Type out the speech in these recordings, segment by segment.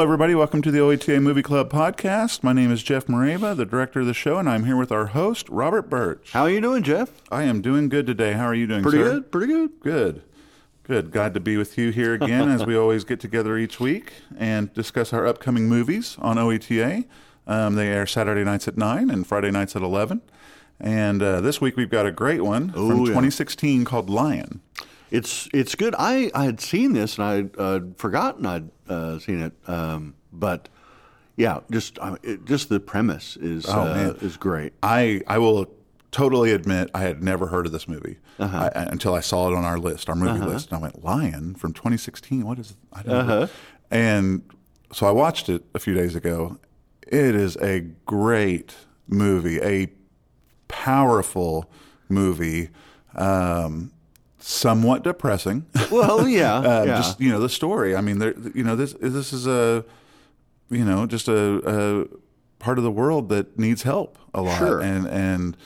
everybody. Welcome to the OETA Movie Club podcast. My name is Jeff Moreva, the director of the show, and I'm here with our host, Robert Birch. How are you doing, Jeff? I am doing good today. How are you doing, Pretty sir? good. Pretty good. Good. Good. Glad to be with you here again, as we always get together each week and discuss our upcoming movies on OETA. Um, they air Saturday nights at 9 and Friday nights at 11. And uh, this week we've got a great one from Oh, yeah. 2016 called Lion. It's it's good. I, I had seen this and I uh, forgotten I'd uh, seen it, um, but yeah, just uh, it, just the premise is uh, Oh, man. is great. I I will totally admit I had never heard of this movie I- I- until I saw it on our list, our movie list, and I went Lion from 2016. What is I don't know. And so I watched it a few days ago. It is a great movie, a powerful movie, um, somewhat depressing. Well, yeah, Uh, yeah. Just you know the story. I mean, there, you know this this is a you know just a, a part of the world that needs help a lot, Sure. and and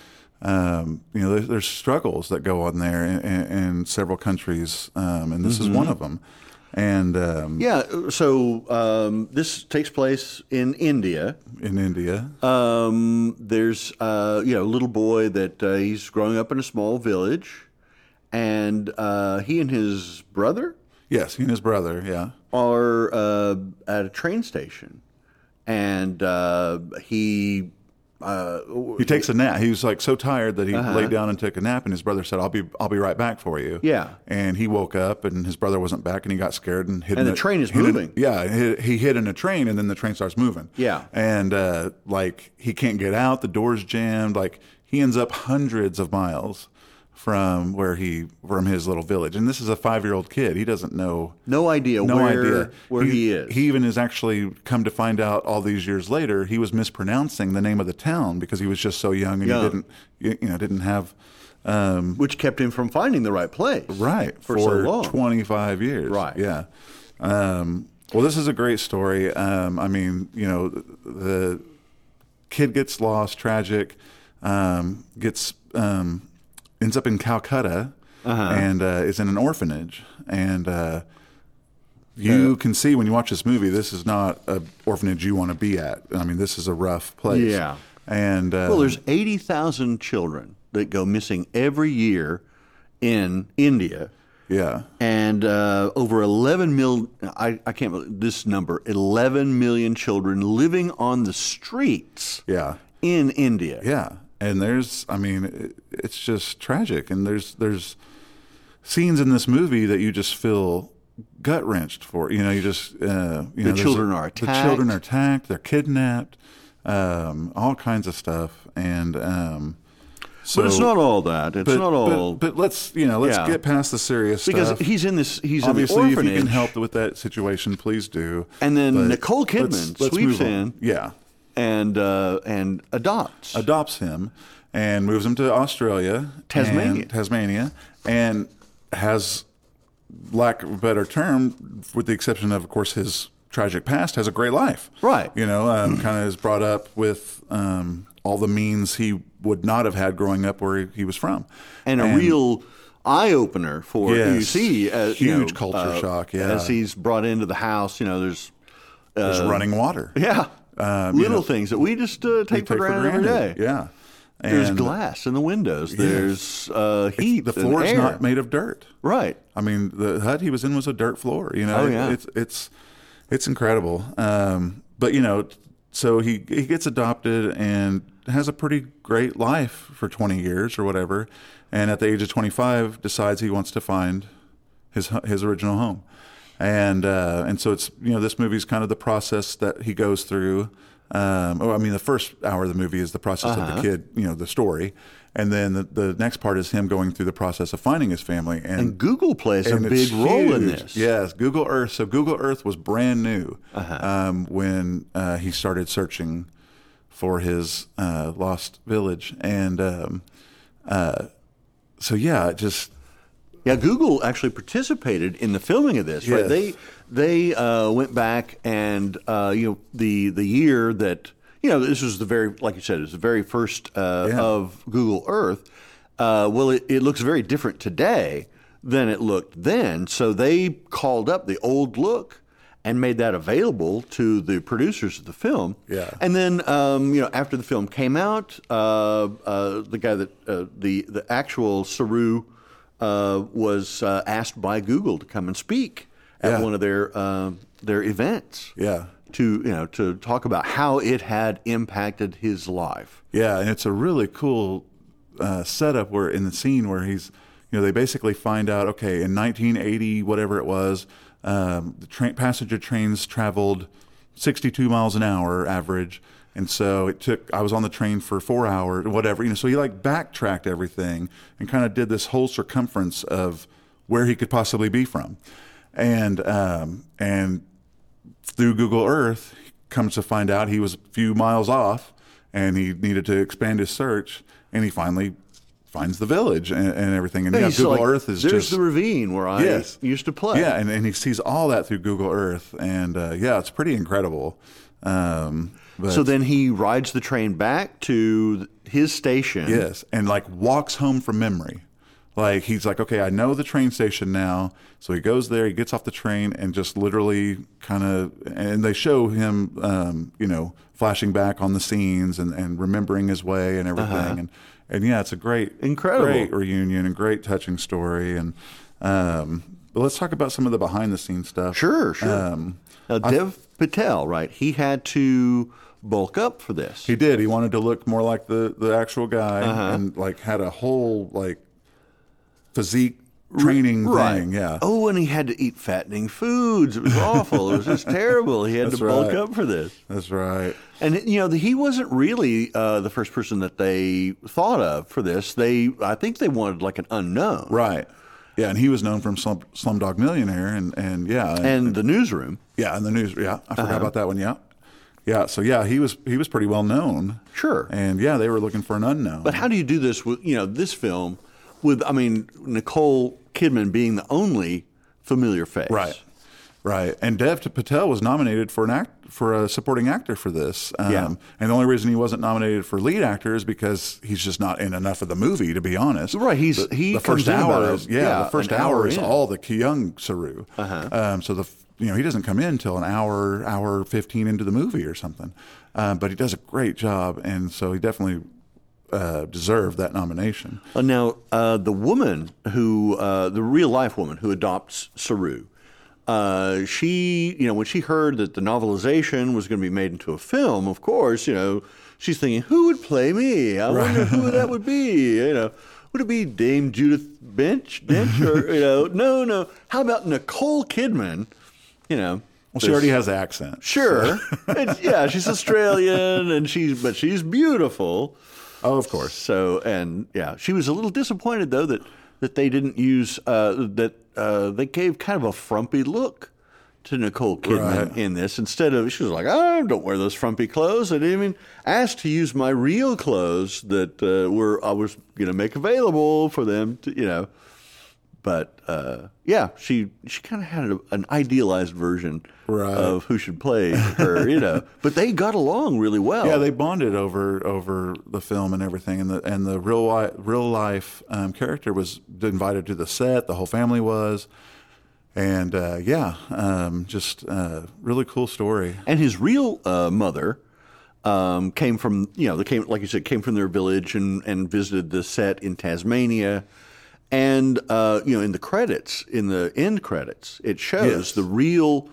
um, you know there's, there's struggles that go on there in, in, in several countries, um, and this is Mm-hmm. one of them. And um, yeah. So um, this takes place in India. in India, Um, there's uh, you know a little boy that uh, he's growing up in a small village, and uh, he and his brother yes, he and his brother, yeah, are uh, at a train station, and uh, he uh, he takes a nap. He was like so tired that he Uh-huh. laid down and took a nap, and his brother said, "I'll be I'll be right back for you." Yeah. and he woke up, and his brother wasn't back, and he got scared and hid. And in the train is hid in- moving. yeah, he, he hid in a train, and then the train starts moving. Yeah. and uh, like he can't get out. The door's jammed. Like he ends up hundreds of miles from where he from his little village, and this is a five year old kid. He doesn't know no idea no where idea where he, is. He even has actually come to find out all these years later he was mispronouncing the name of the town because he was just so young and Young. he didn't you, you know didn't have um, which kept him from finding the right place. right for, so long. 25 years. Right. Yeah. Um, well, this is a great story. Um, I mean, you know, the, the kid gets lost, tragic, um, gets um, ends up in Calcutta Uh-huh. and uh, is in an orphanage. And uh, you can see when you watch this movie, this is not a orphanage you want to be at. I mean, this is a rough place. Yeah. And uh, well, there's eighty thousand children that go missing every year in India. yeah, And uh, over 11 million, I, I can't believe this number, 11 million children living on the streets yeah. in India. Yeah, and there's, I mean, it, it's just tragic, and there's there's scenes in this movie that you just feel gut wrenched for. You know, you just uh, you know, there's children are The children attacked. are attacked. They're kidnapped. Um, all kinds of stuff, and um, so But it's not all that. It's but- not but- all. But, let's you know, let's Yeah. get past the serious because stuff. he's in this, he's in Obviously, the if orphanage. you can help with that situation, please do. And then But Nicole Kidman let's- let's sweeps move on. in. Yeah, and uh, and adopts. adopts him and moves him to Australia, Tasmania. and, Tasmania, and has, lack of a better term, with the exception of, of course, his tragic past, has a great life. Right. You know, um, kind of is brought up with um, all the means he would not have had growing up where he, he was from, and a real eye opener for Yes. you see uh, you Huge know, culture uh, shock, yeah. as he's brought into the house. You know, there's Uh, There's running water. yeah Um, you little know, things that we just uh, take, you for, granted every day. Yeah. And There's glass in the windows. There's uh, heat. The floor and is air. not made of dirt. right. I mean, the hut he was in was a dirt floor. You know, Oh, yeah. it's it's it's incredible. Um, but you know, so he he gets adopted and has a pretty great life for 20 years or whatever, and at the age of 25 decides he wants to find his hu- his original home, and uh, and so it's you know this movie's kind of the process that he goes through. Um, oh, I mean, the first hour of the movie is the process of Uh-huh. the kid, you know, the story, and then the, the next part is him going through the process of finding his family and Google plays a and it's big role in huge. this. Yes, Google Earth. So Google Earth was brand new Uh-huh. um, when uh, he started searching for his uh, lost village, and um, uh, so yeah, it just Yeah, Google actually participated in the filming of this. Right? Yes. They they uh, went back and uh, you know the the year that you know this was the very like you said it was the very first uh, Yeah. of Google Earth. Uh, well, it, it looks very different today than it looked then. So they called up the old look and made that available to the producers of the film. Yeah. And then, um, you know, after the film came out, uh, uh, the guy that uh, the the actual Saru uh, was uh, asked by Google to come and speak at Yeah. one of their uh, their events. Yeah. To you know, to talk about how it had impacted his life. Yeah, and it's a really cool uh, setup where in the scene where he's, you know, they basically find out, okay, in 1980, whatever it was, um, the tra- passenger trains traveled 62 miles an hour average. And so it took, I was on the train for four hours, whatever, you know, so he like backtracked everything and kind of did this whole circumference of where he could possibly be from. And, um, and through Google Earth, comes to find out he was a few miles off and he needed to expand his search. And he finally finds the village and, and everything. And yeah, He's Google like, Earth is there's just. the ravine where I Yes. used to play. yeah, and, and he sees all that through Google Earth. And uh, yeah, it's pretty incredible. Um, but So then he rides the train back to th- his station. yes, and like walks home from memory. Like he's like, okay, I know the train station now. So he goes there, he gets off the train, and just literally kind of, and they show him, um, you know, flashing back on the scenes and, and remembering his way and everything. And and yeah, it's a great, Uh-huh. Incredible. great reunion and great touching story. And um, but let's talk about some of the behind the scenes stuff. Sure, sure. Um, now, Dev Patel, right? He had to bulk up for this. He did. He wanted to look more like the the actual guy, and like had a whole like physique training thing. Yeah. Oh, and he had to eat fattening foods. It was awful. it was just terrible. He had to That's bulk right. up for this. That's right. And you know, he wasn't really uh, the first person that they thought of for this. They, I think, they wanted like an unknown. Right. Yeah, and he was known from Slum, Slumdog Millionaire, and and yeah, and, And the newsroom. yeah, and the news. Yeah, I forgot about that one. Yeah, yeah. So yeah, he was he was pretty well known. Sure. And yeah, they were looking for an unknown. But how do you do this with you know this film with I mean Nicole Kidman being the only familiar face, Right. Right. And Dev Patel was nominated for an act for a supporting actor for this. Um, Yeah. And the only reason he wasn't nominated for lead actor is because he's just not in enough of the movie, to be honest. Right, he's- he the first comes in about hour a- is yeah, yeah, the first an hour hour is in. all the Kyung Saru. Uh-huh. Um, so the f- you know he doesn't come in till an hour hour fifteen into the movie or something. Um, but he does a great job, and so he definitely uh, deserved that nomination. Uh, now uh, the woman who uh, the real life woman who adopts Saru, uh, she you know when she heard that the novelization was going to be made into a film, of course you know she's thinking who would play me? I wonder who that would be. You know. Would it be Dame Judith Bench? Dench, or you know, no, no. How about Nicole Kidman? You know, Well, she already has the accent. Sure. It's- yeah, she's Australian and she's but she's beautiful. Oh, of course. So and yeah, she was a little disappointed though that that they didn't use uh, that uh, they gave kind of a frumpy look to Nicole Kidman Right. in this instead of she was like, "Oh, don't wear those frumpy clothes." I didn't even ask to use my real clothes that uh, were I was going to make available for them to, you know. But uh, yeah, she she kind of had a, an idealized version Right. of who should play her, you know. But they got along really well. Yeah, they bonded over over the film and everything, and the and the real li- real life um, character was invited to the set. The whole family was, and uh, yeah, um, just uh, really cool story. and his real uh, mother um, came from you know they came like you said came from their village and and visited the set in Tasmania, and uh, you know in the credits in the end credits it shows Yes. the real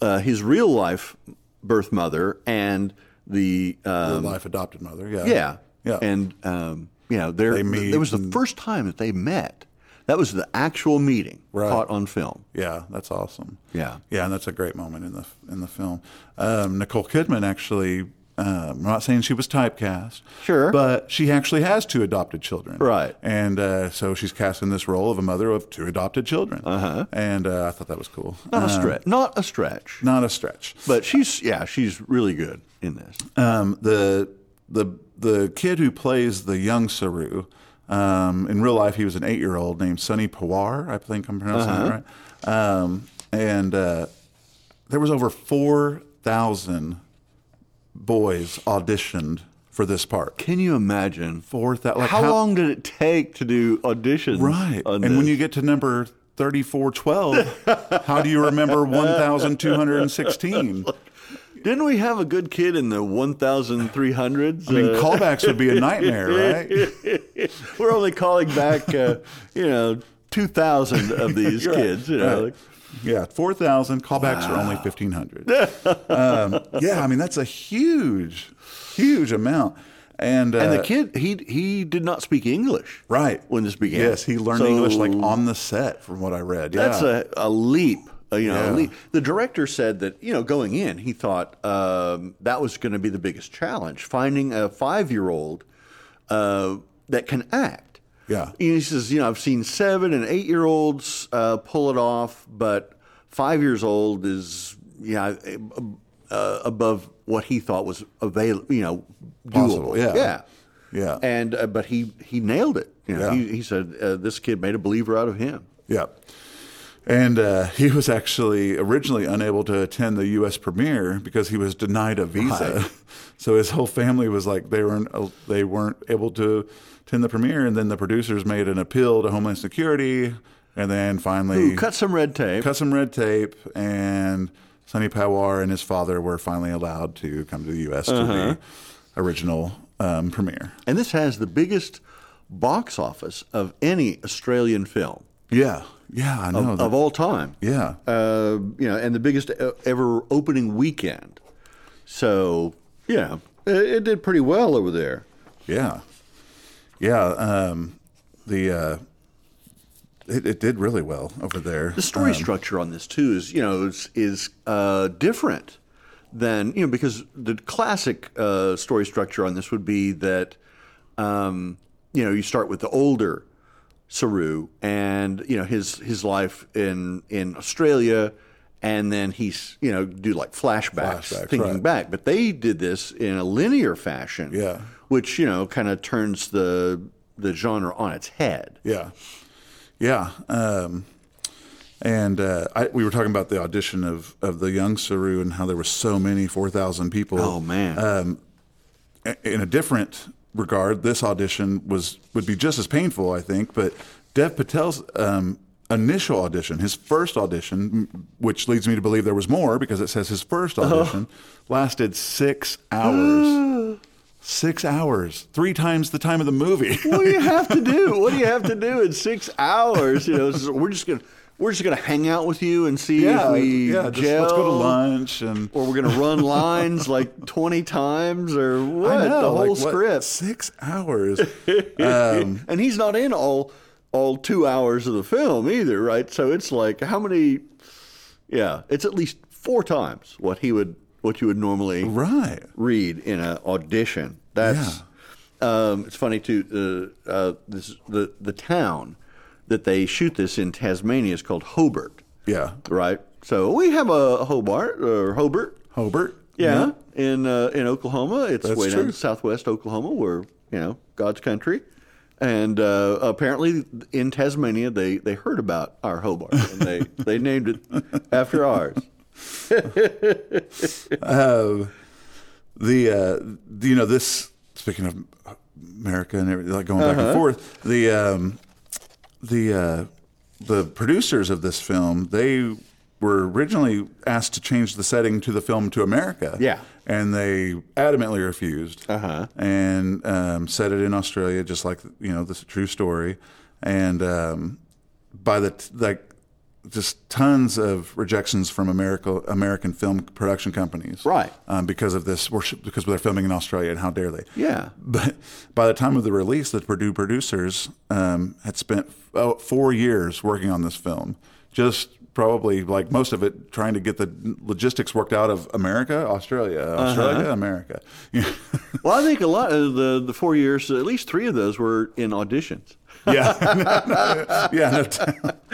uh, his real life birth mother and the uh, Real life adopted mother. Yeah, yeah yeah. and um, you know there They meet it was the first time that they met that was the actual meeting Right. caught on film Yeah, that's awesome. Yeah. yeah, and that's a great moment in the in the film. Um, Nicole Kidman actually. Um, I'm not saying she was typecast, Sure. but she actually has two adopted children, Right. And uh, so she's cast in this role of a mother of two adopted children, uh-huh. and uh, I thought that was cool. not a stretch not a stretch Not a stretch. but she's yeah she's really good in this. Um, the the the kid who plays the young Saru, um, in real life he was an eight year old named Sonny Pawar. I think I'm pronouncing Uh-huh. that right. Um, and uh, there was over four thousand boys auditioned for this part. Can you imagine? Four thousand. Like how, long did it take to do auditions? Right. on and when this? you get to number 3412, how do you remember 1216? Didn't we have a good kid in the 1300s? I mean, callbacks would be a nightmare, right? Uh, We're only calling back, uh, you know, 2,000 of these kids. You know, Right. Yeah, 4,000. Callbacks are only 1,500. um, yeah, I mean, that's a huge, huge amount. And, uh, and the kid he he did not speak English right. when this began. Yes, he learned So English like on the set, from what I read. Yeah. That's a, a leap. uh, You know, a Yeah. leap. the director said that you know going in, he thought um, that was going to be the biggest challenge: finding a five-year-old uh, that can act. Yeah. And he says, you know, I've seen seven and eight-year-olds uh, pull it off, but five years old is yeah uh, above what he thought was available. You know, doable. Possible, yeah. yeah, Yeah. And uh, but he he nailed it. You know, Yeah. he, he said uh, this kid made a believer out of him. Yeah. And uh, he was actually originally unable to attend the U.S. premiere because he was denied a visa. So his whole family was like they weren't uh, they weren't able to attend the premiere, and then the producers made an appeal to Homeland Security, and then finally Ooh, cut some red tape. cut some red tape, and Sonny Pawar and his father were finally allowed to come to the U.S. to Uh-huh. the original um, premiere. And this has the biggest box office of any Australian film Yeah, yeah, I know. Oh, that- of all time. yeah, Uh, you know, and the biggest e- ever opening weekend. So, yeah, it, it did pretty well over there. Yeah, yeah. Um, the uh, it, it did really well over there. The story structure on this too is, you know, is, is uh, different than you know because the classic uh, story structure on this would be that, um, you know, you start with the older Saru and you know his his life in in Australia, and then he's you know do like flashbacks, Flashbacks, thinking right. back. But they did this in a linear fashion, Yeah. which you know kind of turns the the genre on its head. Yeah, yeah. Um, and uh, I, we were talking about the audition of of the young Saru and how there were so many four thousand people. Oh man, A- In a different regard, this audition was would be just as painful, I think. But Dev Patel's um, initial audition, his first audition, m- which leads me to believe there was more because it says his first Uh-huh. audition lasted six hours. six hours, three times the time of the movie. what do you have to do? What do you have to do in six hours? You know, so we're just gonna we're just gonna hang out with you and see if we yeah. Just let's go to gel, lunch and or we're gonna run lines like twenty times or what? I know, the whole like, what, script, six hours. Um, and he's not in all all two hours of the film either, right? So it's like how many? Yeah, it's at least four times what he would what you would normally right. read in an audition. That's um, it's funny too. Uh, uh, this the the town that they shoot this in Tasmania is called Hobart, Yeah. right? So we have a Hobart or Hobart, Hobart. yeah, in uh, in Oklahoma. It's That's way down true. southwest Oklahoma, where you know God's country. And uh, apparently, in Tasmania, they, they heard about our Hobart and they, they named it after ours. the uh, the- you know this speaking of America and everything, like going back Uh-huh. and forth the um, the uh, the producers of this film they were originally asked to change the setting to the film to America Yeah. and they adamantly refused Uh-huh. and um, set it in Australia just like you know this true story and um, by the t- like just tons of rejections from America, American film production companies Right. um, because of this worship because they're filming in Australia and how dare they? Yeah. But by the time of the release, the Purdue producers um, had spent oh, four years working on this film, just probably like most of it trying to get the logistics worked out of America, Australia, Australia, America. Well, I think a lot of the, the four years, at least three of those were in auditions. yeah, yeah, no doubt.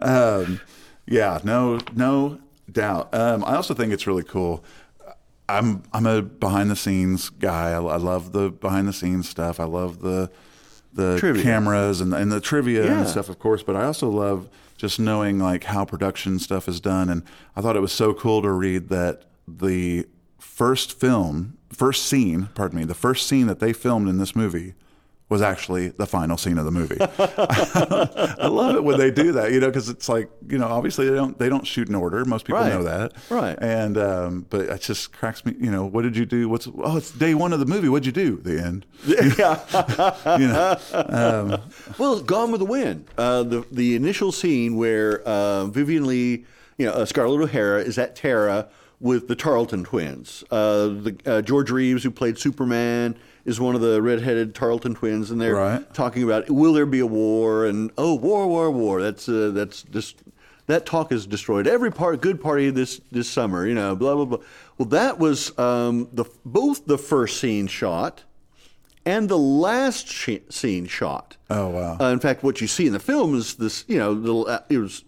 um, yeah, no, no doubt. Um, I also think it's really cool. I'm I'm a behind the scenes guy. I, I love the behind the scenes stuff. I love the the Trivia. cameras and and the trivia Yeah. and stuff, of course. But I also love just knowing like how production stuff is done. And I thought it was so cool to read that the first film, first scene, pardon me, the first scene that they filmed in this movie was actually the final scene of the movie. I love it when they do that, you know, because it's like you know, obviously they don't they don't shoot in order. Most people Right. know that, Right. And um, but it just cracks me. You know, what did you do? What's oh, it's day one of the movie. What'd you do? The end. you know, Well, Gone with the Wind. Uh, the the initial scene where uh, Vivian Lee, you know, uh, Scarlett O'Hara is at Terra with the Tarleton twins. Uh, the uh, George Reeves, who played Superman, is one of the redheaded Tarleton twins, and they're Right. talking about will there be a war? And oh, war, war, war. That's uh, that's just that talk has destroyed every part good party this this summer. You know, blah blah blah. Well, that was um, the both the first scene shot and the last sh- scene shot. Oh, wow. Uh, in fact, what you see in the film is this. You know, the, uh, it was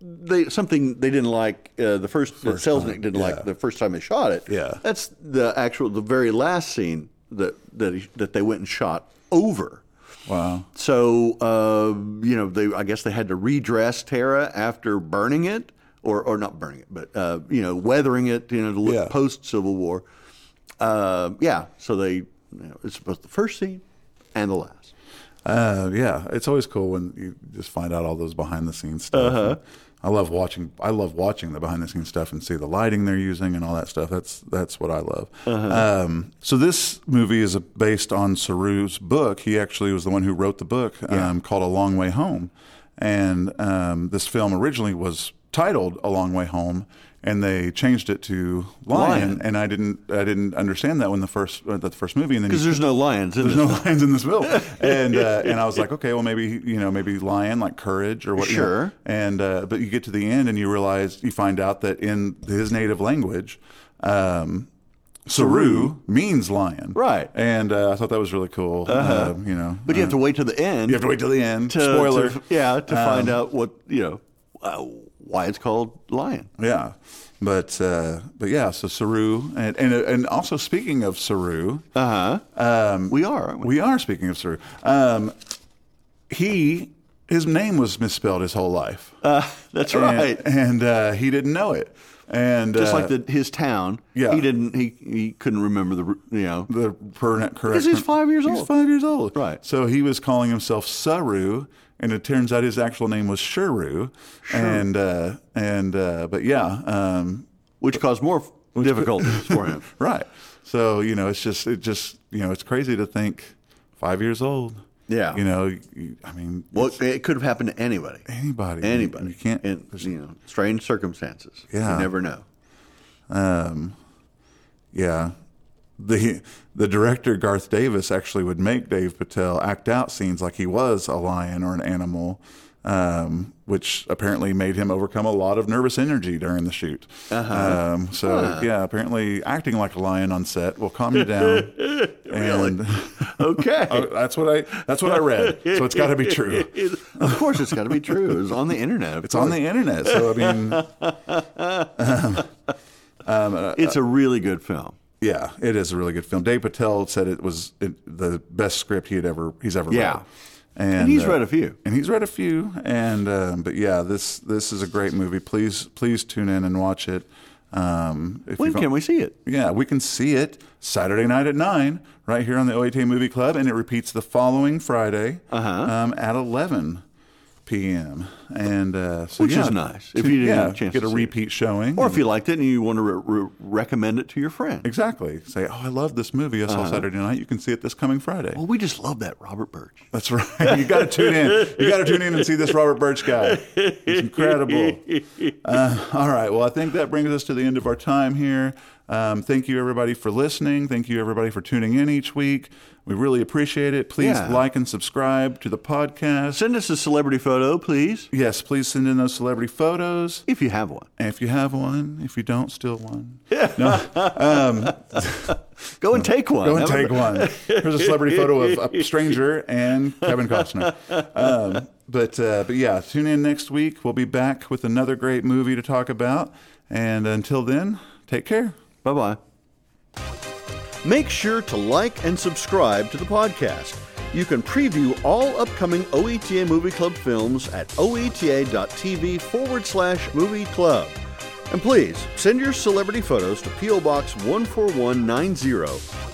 they something they didn't like uh, the first, that Selznick didn't like the first time they shot it. Yeah. that's the actual the very last scene that that he, that they went and shot over. wow. So uh, you know, they I guess they had to redress Terra after burning it, or or not burning it, but uh, you know, weathering it. You know, to look Yeah. post Civil War. Uh, yeah, so they you know, it's both the first scene and the last. Uh, yeah, it's always cool when you just find out all those behind the scenes stuff. I love watching. I love watching the behind the scenes stuff and see the lighting they're using and all that stuff. That's that's what I love. Um, so this movie is a, based on Saru's book. He actually was the one who wrote the book um, called A Long Way Home, and um, this film originally was titled A Long Way Home, and they changed it to Lion. Lion. And I didn't I didn't understand that when the first uh, the first movie, and then you Because there's no lions in there's this. no lions in this film. And uh, and I was like, okay, well maybe you know maybe lion like courage or what. you know. Sure. And uh, but you get to the end and you realize you find out that in his native language, um, Saru means lion. Right. Uh-huh. And uh, I thought that was really cool. Um, you know, but you have to wait to the end. you have to wait till the end. to- Spoiler. Um, to- yeah, to find out what you know uh, why it's called lion. Yeah, but uh, but yeah. So Saru and and and also speaking of Saru, Uh huh. Um, we are. Aren't we? We are speaking of Saru. Um, he his name was misspelled his whole life, Uh, that's And- right. And, uh, he didn't know it. And Just uh, like the, his town. yeah. He didn't. He he couldn't remember the you know. the per- correct Because he's five years he's old. five years old, Right. So he was calling himself Saru, and it turns out his actual name was Shuru. And uh, and uh, but yeah, um, which caused more f- difficulties for him. right. So you know, it's just it just you know, it's crazy to think five years old. Yeah. You know, you- I mean, Well, it could have happened to anybody. anybody, Anybody. You can't. In, you know, strange circumstances. Yeah. You never know. Yeah. The the director Garth Davis actually would make Dave Patel act out scenes like he was a lion or an animal, um, which apparently made him overcome a lot of nervous energy during the shoot. Uh-huh. Um, so yeah, apparently acting like a lion on set will calm you down. And Okay. Oh, that's what I that's what I read. So it's got to be true. of course, it's got to be true. It was on the internet. of It's on the internet. So I mean, course. It's uh, a really good film. yeah, it is a really good film. Dave Patel said it was it, the best script he had ever he's ever Yeah. read. And, And he's uh, read a few. and he's read a few and um, but yeah this this is a great movie please please tune in and watch it um, if When you've- can we see it? yeah we can see it saturday night at 9 right here on the oat movie club and it repeats the following friday Uh-huh. um, at 11 p.m and uh, so Which yeah, is nice, to- if you didn't yeah, have a chance get to a see it. repeat showing Or if you liked it and you want to re- re- recommend it to your friend. exactly say oh i love this movie i saw Uh-huh. saturday night you can see it this coming friday Well, we just love that Robert Birch. That's right. You got to tune in. You got to tune in and see this Robert Birch guy. He's incredible. Uh, all right. Well, I think that brings us to the end of our time here. Um, thank you, everybody, for listening. Thank you, everybody, for tuning in each week. We really appreciate it. Please Yeah. like and subscribe to the podcast. Send us a celebrity photo, please, Yes, please send in those celebrity photos. if you have one. And if you have one, if you don't, steal one. Go and take one. Uh, Go and Have a- take one. Here's a celebrity photo of a stranger and Kevin Costner. Um, but uh, but yeah, tune in next week. We'll be back with another great movie to talk about. And until then, take care. Bye bye. Make sure to like and subscribe to the podcast. You can preview all upcoming E OETA Movie Club films at oeta.tv forward slash movie club. And please send your celebrity photos to P.O. Box 14190,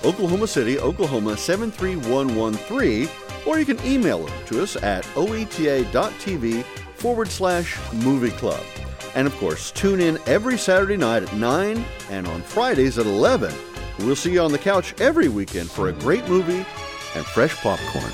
Oklahoma City, Oklahoma 73113, or you can email them to us at E oeta.tv forward slash movie club. And of course, tune in every Saturday night at 9 and on Fridays at 11. We'll see you on the couch every weekend for a great movie and fresh popcorn.